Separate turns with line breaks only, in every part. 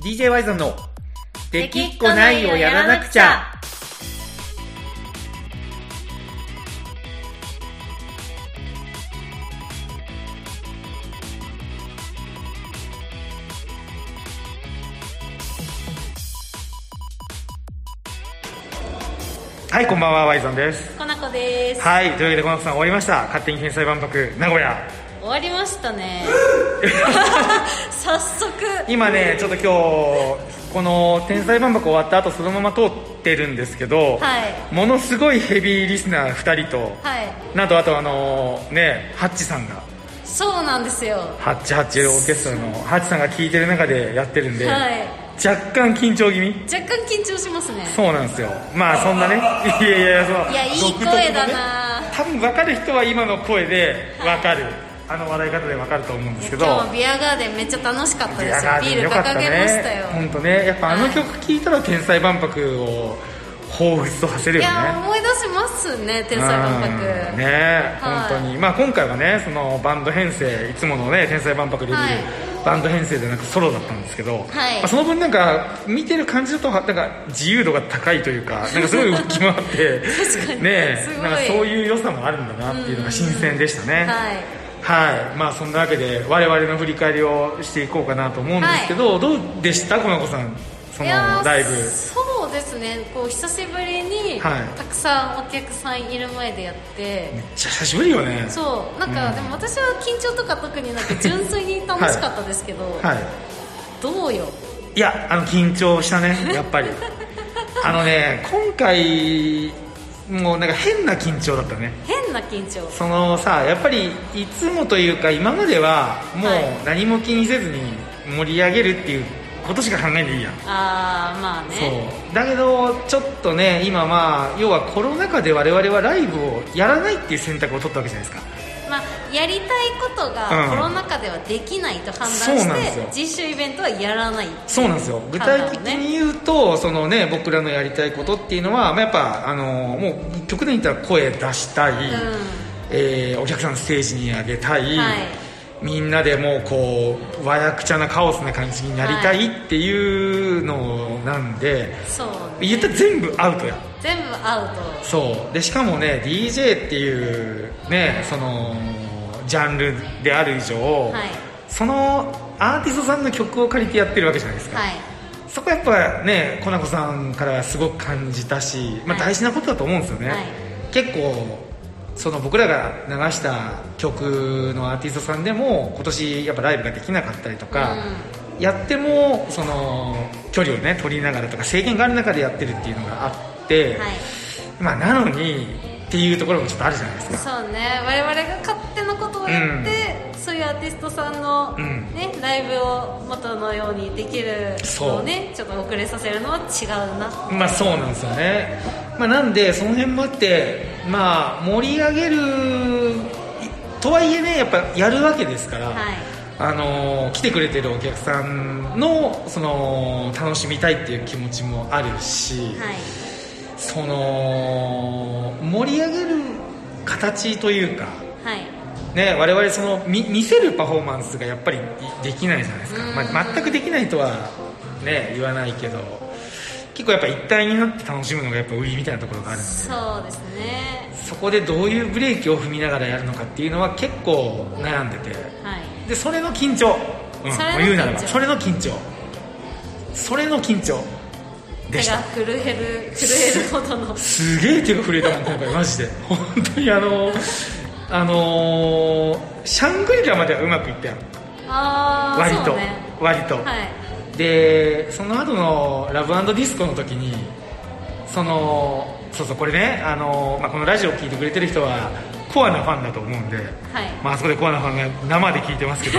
DJ ワイゾンの「できっこないをやらなくちゃ」はいこんばんはワイゾンです
かなこです、
はいというわけでこのさん終わりました勝手に返済万博名古屋
終わりまし たね早速
今ねちょっと今日この「天才万博」終わった後そのまま通ってるんですけど、
はい
ものすごいヘビーリスナー2人と
はい
なんとあとあのねハッチさんが
そうなんですよは
ハッチハッチオーケストラのハッチさんが聴いてる中でやってるん
い
で、若干緊張気味
若干緊張しますね
そうなんですよまあそんなねいやいやその
いやいい
独特のね
声だな
多分分かる人は今の声で分かる、あの笑い方で分かると思うんですけ
今
ど
日はビアガーデンめっちゃ楽しかった
い
で
や
すよビール掲げましたよ
本当ねやっぱあの曲聴いたら「天才万博」を彷彿とさせる
い
よね
や思い出しますね天才万
うん
博、
ね
はい
本当にまあ今回はねそのバンド編成いつものね「天才万博」で見る、
はい
バンド編成でなくソロだったんですけど、
はい
まあその分なんか見てる感じだとはなんか自由度が高いという かなんかすごい動き回って
確かに
ね
すご
な
い
んかそういう良さもあるんだなっていうのが新鮮でしたね、
はい
はい、まあそんなわけで我々の振り返りをしていこうかなと思うんですけど、どうでしたこの子さんその
いやー
ライブ
そうですねこう久しぶりに、
はい
たくさんお客さんいる前でやって
めっちゃ久しぶりよね
そうなんか、でも私は緊張とか特になく純粋に楽しかったですけど、
はい
どうよ
いやあの緊張した ねやっぱりあのね今回もうなんか変な緊張だったね
変な緊張
そのさやっぱりいつもというか今まではも
は
う何も気にせずに盛り上げるっていうことしか考えていいやん
ああまあね
そうだけどちょっとね今まあ要はコロナ禍で我々はライブをやらないっていう選択を取ったわけじゃないですか
まあやりたいこと
うん
がコロナ禍ではできないと判断
そう
し
なんです
て
よ、
実習イベントはやらない
そうなんですよ具体的に言うと、そのね僕らのやりたいことっていうのは、まあ、やっぱあのもう極端に言ったら声出したい、
うん
えーお客さんステージに上げたい、
はい
みんなでもうこうわやくちゃなカオスな感じになりたいっていうのなんで、
そう
言ったら全部アウトや
全部アウト
そうでしかもね DJ っていうねそのジャンルである以上、
はい
そのアーティストさんの曲を借りてやってるわけじゃないですか、
はい
そこはやっぱねコナコさんからすごく感じたし、まあ、
はい
大事なことだと思うんですよね、
はい
結構その僕らが流した曲のアーティストさんでも今年やっぱライブができなかったりとか、やってもその距離をね取りながらとか制限がある中でやってるっていうのがあって、
はい
まあ、なのにっていうところもちょっとあるじゃないですか
そうね我々が勝手なことをやって、そういうアーティストさんの、
うん
ねライブを元のようにできる
そう
のをねちょっと遅れさせるのは違うな
まあそうなんですよね、まあ、なんでその辺もあってまあ盛り上げるとはいえねやっぱやるわけですから、
はい
あのー来てくれてるお客さんのその楽しみたいっていう気持ちもあるし、
はい
その盛り上げる形というか
はい
ね、我々その見見せるパフォーマンスがやっぱりできないじゃないですか
う、ん
まあ、全くできないとは、ね、言わないけど結構やっぱ一体になって楽しむのがやっぱ売りみたいなところがあるんで
そうですね
そこでどういうブレーキを踏みながらやるのかっていうのは結構悩んでて
はい
でそれの緊張、うん、
それの緊張
もう言うならばそれの緊張それの緊張で
手
し
が
た
震える震えるほどの
すげえ手が震えたもん今回マジで本当にあのあのシャングリラまではうまくいったよ
ああ
割と、
そうね
割と、
はい
でその後のラブディスコの時にそのそうそうこれねあの、まあ、このラジオを聞いてくれてる人はコアなファンだと思うんで、
はい
まああそこでコアなファンが生で聞いてますけ ど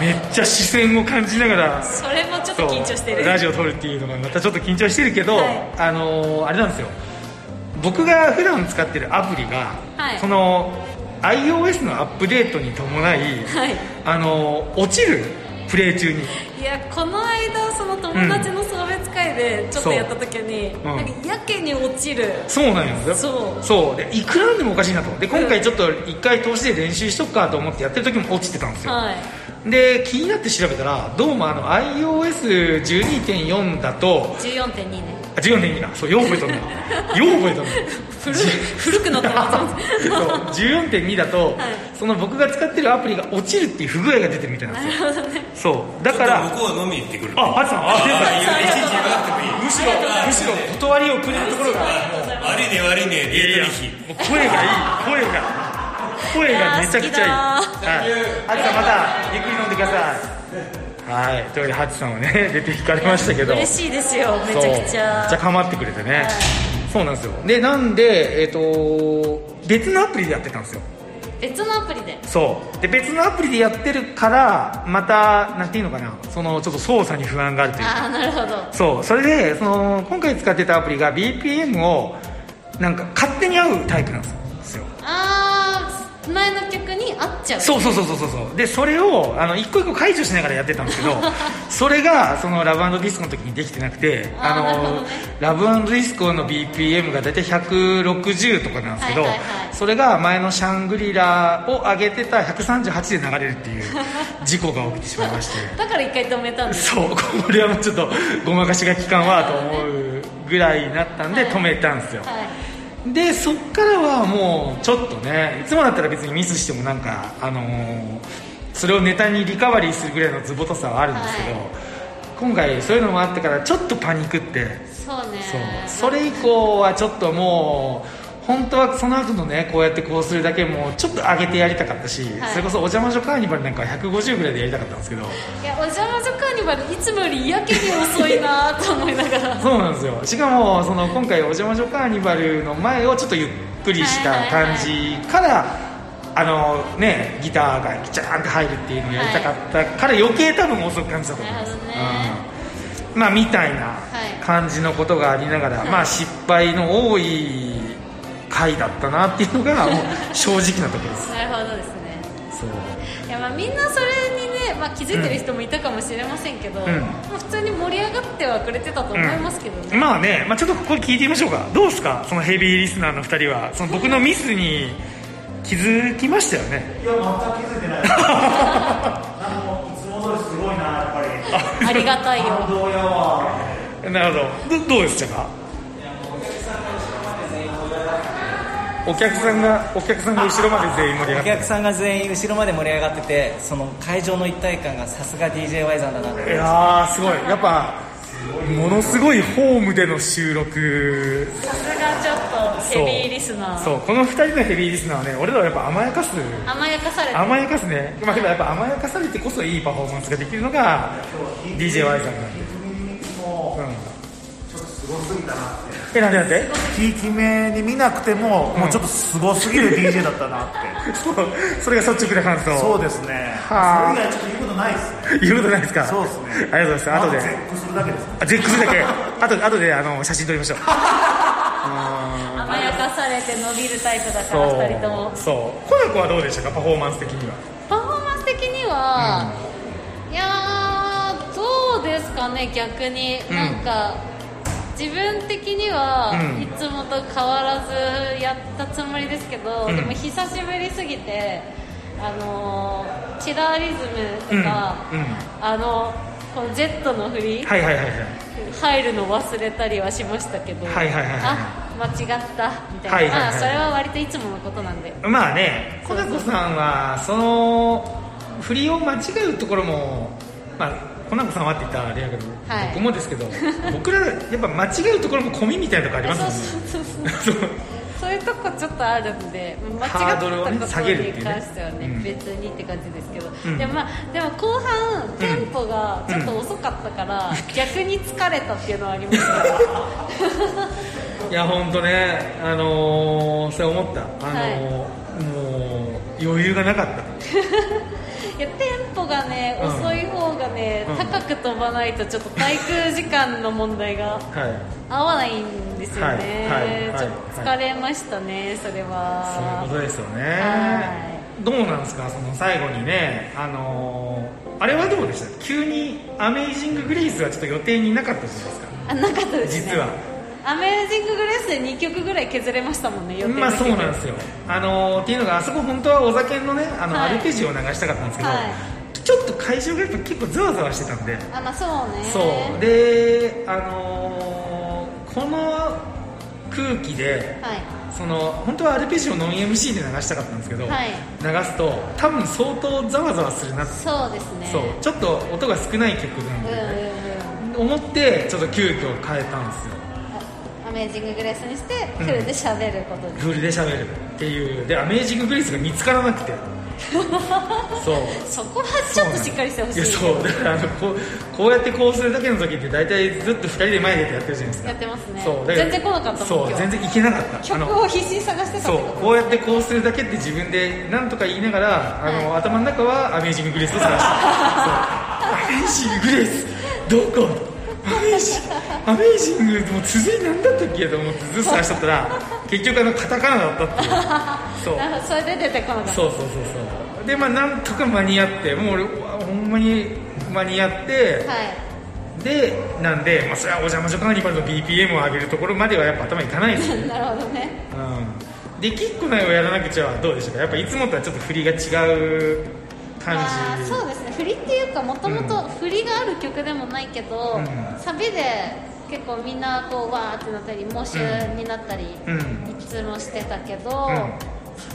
めっちゃ視線を感じながら
それもちょっと緊張して
そう
る
ラジオを撮るっていうのがまたちょっと緊張してるけど、
はい
あのあれなんですよ僕が普段使ってるアプリが、
はい
その iOS のアップデートに伴い、
はい
あの落ちるプレイ中に
いやこの間その友達の送別会でちょっとやった時に、
ん
なんかやけに落ちる
そうなんですよ
そう
そうでいくらなんでもおかしいなとで今回ちょっと一回通しで練習しとくかと思ってやってる時も落ちてたんですよ、
はい
で気になって調べたらどうもあの iOS12.4 だと
14.2ね
あ14.2だそうよう覚えとんだよう覚えとんだ
古い古くなってます
そう14.2だと、その僕が使ってるアプリが落ちるっていう不具合が出てるみたいなんですよ
なるほどね
そうだから
向こうは飲みに行ってくる
あ、ハルさん、あ、出
あい
た
やいちいち言わなくてもいい
むしろ、むしろ断りをくれるところが、
悪いね悪いねデートに
もう声がいい、声が、声がめちゃくちゃいい。はい、ハルさん、またゆっくり飲んでください。はい、というわけで、ハチさんはね、 出て引かれましたけど。
嬉しいですよめちゃくちゃ
そうめっちゃ構ってくれてね。そうなんですよ。で、なんで、えっ、と、別のアプリでやってたんですよ。
別のアプリで
そうで別のアプリでやってるからまたなんていうのかなそのちょっと操作に不安があるというか
ああなるほど
そうそれでその今回使ってたアプリが BPM をなんか勝手に合うタイプなんですよ
ああ前の曲に合っちゃう
そうそうそうそうそうそうでそれをあの一個一個解除しながらやってたんですけ どそれがそのラブディスコの時にできてなくて
あー
あ
なるほど
の
ね
ラブディスコの BPM が大体160とかなんですけど、
はいはいはい
それが前のシャングリラを上げてた138で流れる っていう事故が起きてしまいまして
だから一回止めたんです
そうこれはもうちょっとごまかしが効かんわと思うぐらいになったんで止めたんですよ、
はい
でそっからはもうちょっとねいつもだったら別にミスしてもなんかあのーそれをネタにリカバリーするぐらいのズボとさはあるんですけど、
はい
今回そういうのもあってからちょっとパニックって
そうね
そうそれ以降はちょっともう本当はその後のねこうやってこうするだけもうちょっと上げてやりたかったし、
はい
それこそお邪魔女カーニバルなんかは150ぐらいでやりたかったんですけど
いやお邪魔女カーニバルいつもよりやけに遅いなーと思い ながら
そうなんですよしかもその今回「お邪魔女カーニバル」の前をちょっとゆっくりした感じから、あのねギターがギチャーンって入るっていうのをやりたかったから余計多分遅く感じたと思います、
なるほどね
うんまあみたいない感じのことがありながら、
はい
まあ失敗の多い回だったなっていうのがもう正直なところです
なるほどですね
そう
いやまあみんなそれにね、まあ、気づいてる人もいたかもしれませんけど、
ん
まあ普通に盛り上がってはくれてたと思いますけどね、
まあね、まあ、ちょっとここで聞いてみましょうかどうですかそのヘビーリスナーの2人はその僕のミスに気づきましたよね
いや、全く気づいてない。あの、いつも通りすごいな、やっぱり。
ありがたい
感
よ
動やわ。
なるほどどどうでしたかお客さんがお客さんが後ろまで全員盛り上
お
がっ
客さんが全員後ろまで盛り上がっててその会場の一体感がさすが DJY さんだな
ていやーすごいやっぱものすごいホームでの収録
さすがちょっと
そう
ヘビーリスナー
そうこの2人のヘビーリスナーはね俺らはやっぱ甘やかす
甘やかされて
甘やかすね、まあ、けどやっぱ甘やかされてこそいいパフォーマンスができるのが DJY さんなんで、うん、
すごすぎたな。
えなんでなんで
ひいき目に見なくても、もうちょっとすごすぎ る DJ だったなって。
そうそれが率直な感想
そうですね。
はあ
それ以外ちょっと言うことないですね。
言うことないですか
そうですね。
ありがとうございます後で
あと絶句するだけですね。
あ絶句するだけあと後であの写真撮りましょ う
甘やかされて伸びるタイプだか
そ
ら2人とも
うそうコナコはどうでしたかパフォーマンス的には
パフォーマンス的には、いやーどうですかね逆に、
ん
なんか自分的には、
うん
いつもと変わらずやったつもりですけど、
ん
でも久しぶりすぎてあのーキラーリズムとか、
うんうん
あのこのジェットの振り、
はいはいはいはい
入るの忘れたりはしましたけど、
はいはいはいはい
あ間違ったみたいな、
はいはいはい
まあそれは割といつものことなんで
まあねコナコさんはその振りを間違うところもまあコナコさんはって言ったらあれやけど、
はい
僕もですけど 僕らやっぱ間違うところも込みみたいなとこありますもんね
そうそうそうそう
そう
そういうとこちょっとあるんで間違
ハードルをね
った
下
こ
げ
と
るっ
に
ていうね
関してはね
うん
別にって感じですけど、
うん
でもまあでも後半テンポがちょっと遅かったから、逆に疲れたっていうのはあ ります
いや本当ね、あのー、それ思った、あのーもう余裕がなかった、
けどいやテンポがね
うん
遅い方がね、
うん
高く飛ばないとちょっと滞空時間の問題
は
が
い、
合わないんですよね、
はいはいはい
ちょっと疲れましたねそれ
そう
は
いうことですよね、
は
どうなんですか、その最後にね、あのー、あれはどうでした、急にアメイジング・グレイスはちょっと予定になかったじゃないですか、
あなかったですね
実は
アメージング・グレースで2曲ぐらい削れましたもんね予定の
まあそうなん
曲
ですよ、あのー、っていうのが、あそこ、本当はお酒のね、あの
はい
アルペジオを流したかったんですけど、
はい
来ちょっと会場がやっぱ結構ざわざわしてたんで、
あまあそうね
そうであのーこの空気で
はい
その本当はアルペジオノン MC で流したかったんですけど、
はい
流すと多分相当ざわざわするなって、
そうですね
そうちょっと音が少ない曲なん
うん
で、
うん
ね
うん
思ってちょっと急遽変えたんですよ
アメージンググレースにして
う
フ
ん
ルで喋ることに
フルで喋るっていうでアメージンググレースが見つからな くてそう
そこはちょっとしっかりしてほしい
やそうだからあのこうこうやってこうするだけの時って大体ずっと2人で前に出てやってるじゃないですか
やってますね
そうだから
全然来なかったもん
そう
今日
全然行けなかったあ
曲
の
を必死に探してた
そ
っ
う
てこと
こうやってこうするだけって自分で何とか言いながらあの、
は
頭の中はアメージンググレースを探してたそうアメージンググレースどこアメージアメージングもう続いなんだったっけと思ってずっと探しとったら結局あのカタカナだったっていうそう
なるほどそれで出てこなかった
そうそうそうそうでまあなんとか間に合ってもう俺うわほんまに間に合って、
はい
でなんで、まあ、それはお邪魔女かなりまでの BPM を上げるところまではやっぱ頭いかないですよ、
なるほどね
うん、でキックないをやらなくちゃはどうでしたかやっぱいつもとはちょっと振りが違う感
あー
じ
そうですね振りっていうかもともと振りがある曲でもないけど、
うん
サビで結構みんなこうわーってなったりモーシュになったり、
うん
いつもしてたけど
ん
さ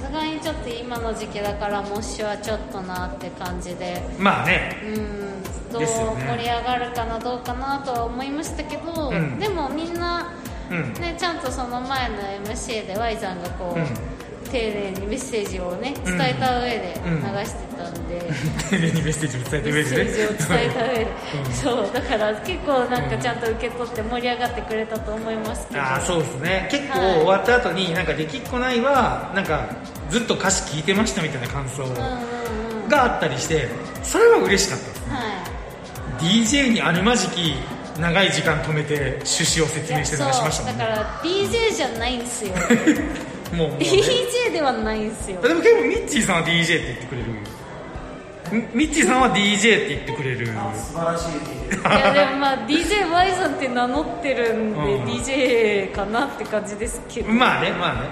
すがにちょっと今の時期だからモッシュはちょっとなって感じで
まあね
うんどう
ですよね
盛り上がるかなどうかなとは思いましたけど、
うん
でもみんな、
うん
ね、ちゃんとその前の MC で Y さんがこう、
うん
丁寧にメッセージをね伝えた上で流してたんで。
丁寧にメッセージを伝えて
メ
る上で
ッセ
ね
ージを伝えた上で、そうだから結構なんかちゃんと受け取って盛り上がってくれたと思いますけど、
ああそうですね結構
はい
終わった後になんか「できっこない」はなんかずっと歌詞聞いてましたみたいな感想を
うんうんうん
があったりしてそれは嬉しかったです
はい
DJ にあるまじき長い時間止めて趣旨を説
い
明
や
して
そう
流しましたも
だ
ん
か
ね
ら DJ じゃないんです よ
もうもうね
DJ ではないんですよ
でも結構ミッチーさんは DJ って言ってくれるみミッチーさんは DJ って言ってくれる
素晴らしいって言って
いやでもまあ DJY さんって名乗ってるんで
うん
DJ かなって感じですけど
まあねまあね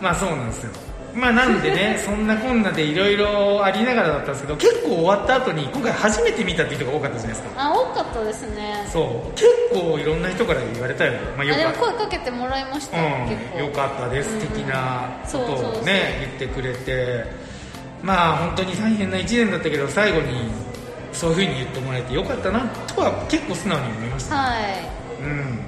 まあそうなんですよまあなんで ねそんなこんなでいろいろありながらだったんですけど結構終わった後に今回初めて見たっていう人が多かったじゃないですか
あ多かったですね
そう結構いろんな人から言われたよ、まあ、
あ
よ
でも
かった
声かけてもらいました、結
う
構
ん、よかったです的なこと
そうそう
を
そう
ね言ってくれてまあ本当に大変な1年だったけど最後にそういうふうに言ってもらえてよかったなとは結構素直に思いました、
はい
うん、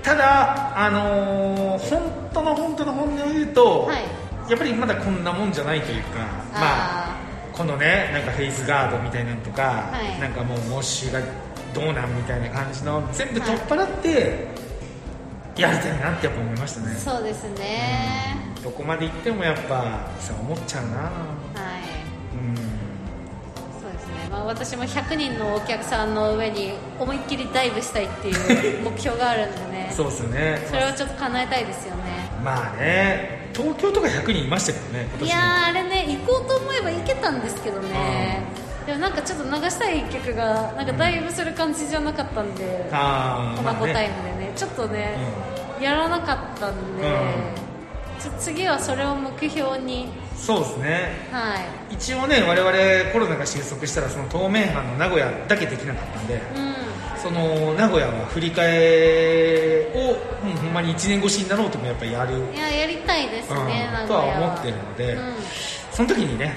ただあのー本当の本当の本音を言うと、
はい
やっぱりまだこんなもんじゃないというかまあ
あ
このねなんかフェイスガードみたいなのとか、
はい
なんかもうモッシュがどうなんみたいな感じの全部
はい
取っ払ってやりたいなってやっぱ思いましたね、
ーそうですね
どこまで行ってもやっぱそう思っちゃうな
はい
うん
そうですねまあ私も100人のお客さんの上に思いっきりダイブしたいっていう 目標があるんでね
そうっすよね
それをちょっと叶えたいですよね
まあね東京とか100人いましたけどね今年
いやーあれね行こうと思えば行けたんですけどね、でもなんかちょっと流したい曲がなんかダイブする感じじゃなかったんで、
あー
コマ
ま
コ
あね
タイムでねちょっとね、やらなかったんで、
うん
ちょ次はそれを目標に
そうですね
はい
一応ね我々コロナが収束したらその東名阪の名古屋だけできなかったんで
うん
その名古屋は振り替えを、うん、ほんまに1年越しになろうともやっぱりやる、うん
いややりたいですね、名
と
古
は
屋は
思ってるので、
うん、はい
その時にね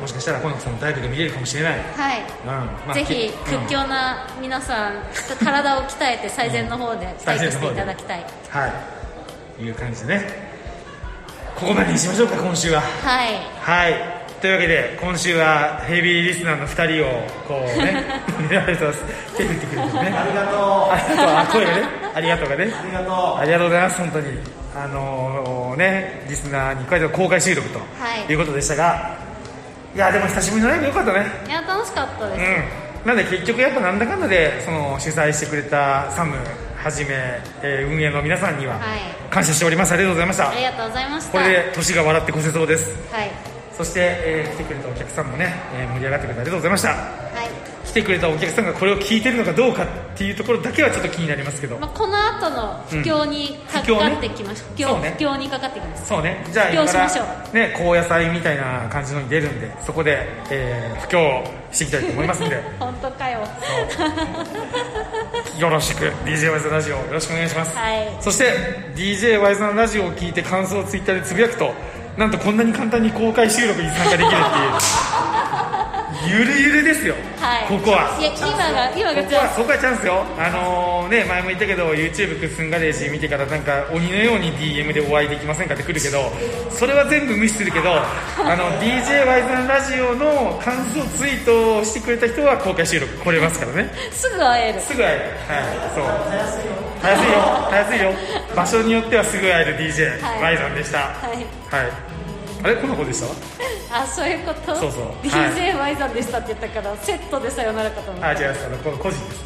もしかしたら小野さんのダイブが見れるかもしれない、うん
はい、
まあ
ぜひ
け
屈強な皆さん、体を鍛えて最善の方で
最
体
善
育
の方で
していただきたい、
はい、いう感じでね、ここまでにしましょうか、今週は。
はい
はい、というわけで、今週はヘビーリスナーの2人を、こう ね、ありがとうございます、手振ってくれてね、
あ
あ
りがとう
りがとう、あ声 がね、ありがとうがね、
ありがと
ありがとうございます、本当に、あのーね、リスナーに加えての公開収録と、
はい
い、うことでしたが、いや、でも久しぶりのライブ、よかったね。
いや楽しかったです、
うん、なんで結局やっぱなんだかんだでその主催してくれたサムはじめ、えー運営の皆さんには
はい
感謝しておりますありがとうございました
ありがとうございました
これで年が笑ってこせそうです
はい
そして、えー来てくれたお客さんもね、えー盛り上がってくれてありがとうございました
はい、
来てくれたお客さんがこれを聞いてるのかどうかっていうところだけはちょっと気になりますけど
まあ、この後の不況にか
不況
か
ね
ってきます、不
そう
況
ね
不況にかかってきます
そうねじゃあ
布教
今か
しましょ
らね高野菜みたいな感じのに出るんでそこで、えー、布教していきたいと思いますん で
本当かよ
よろしく DJ ワイズラジオよろしくお願いします、
はい
そして DJ ワイズのラジオを聞いて感想をツイッターでつぶやくとなんとこんなに簡単に公開収録に参加できるってい うゆるゆるですよ、
はい
ここはい
や今が今
こ
が
こ
チャ
は
ンス
そこはチャンスよ、あのーね、前も言ったけど、YouTube くっすんガレージ見てから、なんか鬼のように DM でお会いできませんかって来るけど、それは全部無視するけど、あの DJ ワイズンラジオの感想ツイートをしてくれた人は公開収録来れますからね、
すぐ会える
すぐ会える、はい、そう、たやすいよ、たやすいよ、場所によってはすぐ会える DJ、
はい
ワイズンでした。はい、
はい
あれ、この子でした
あそういうこと
そうそう
DJ ワイザーでしたって言ったからセットでさよならかと思った
あ、違います。あの、この個人です。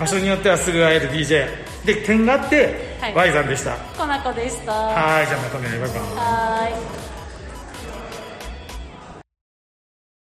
場所によってはすぐ会える DJ。で、点があって、
はい
Y さんでした。
コナコでした
啊はーい、じゃあまたね、バイバイ。
はーい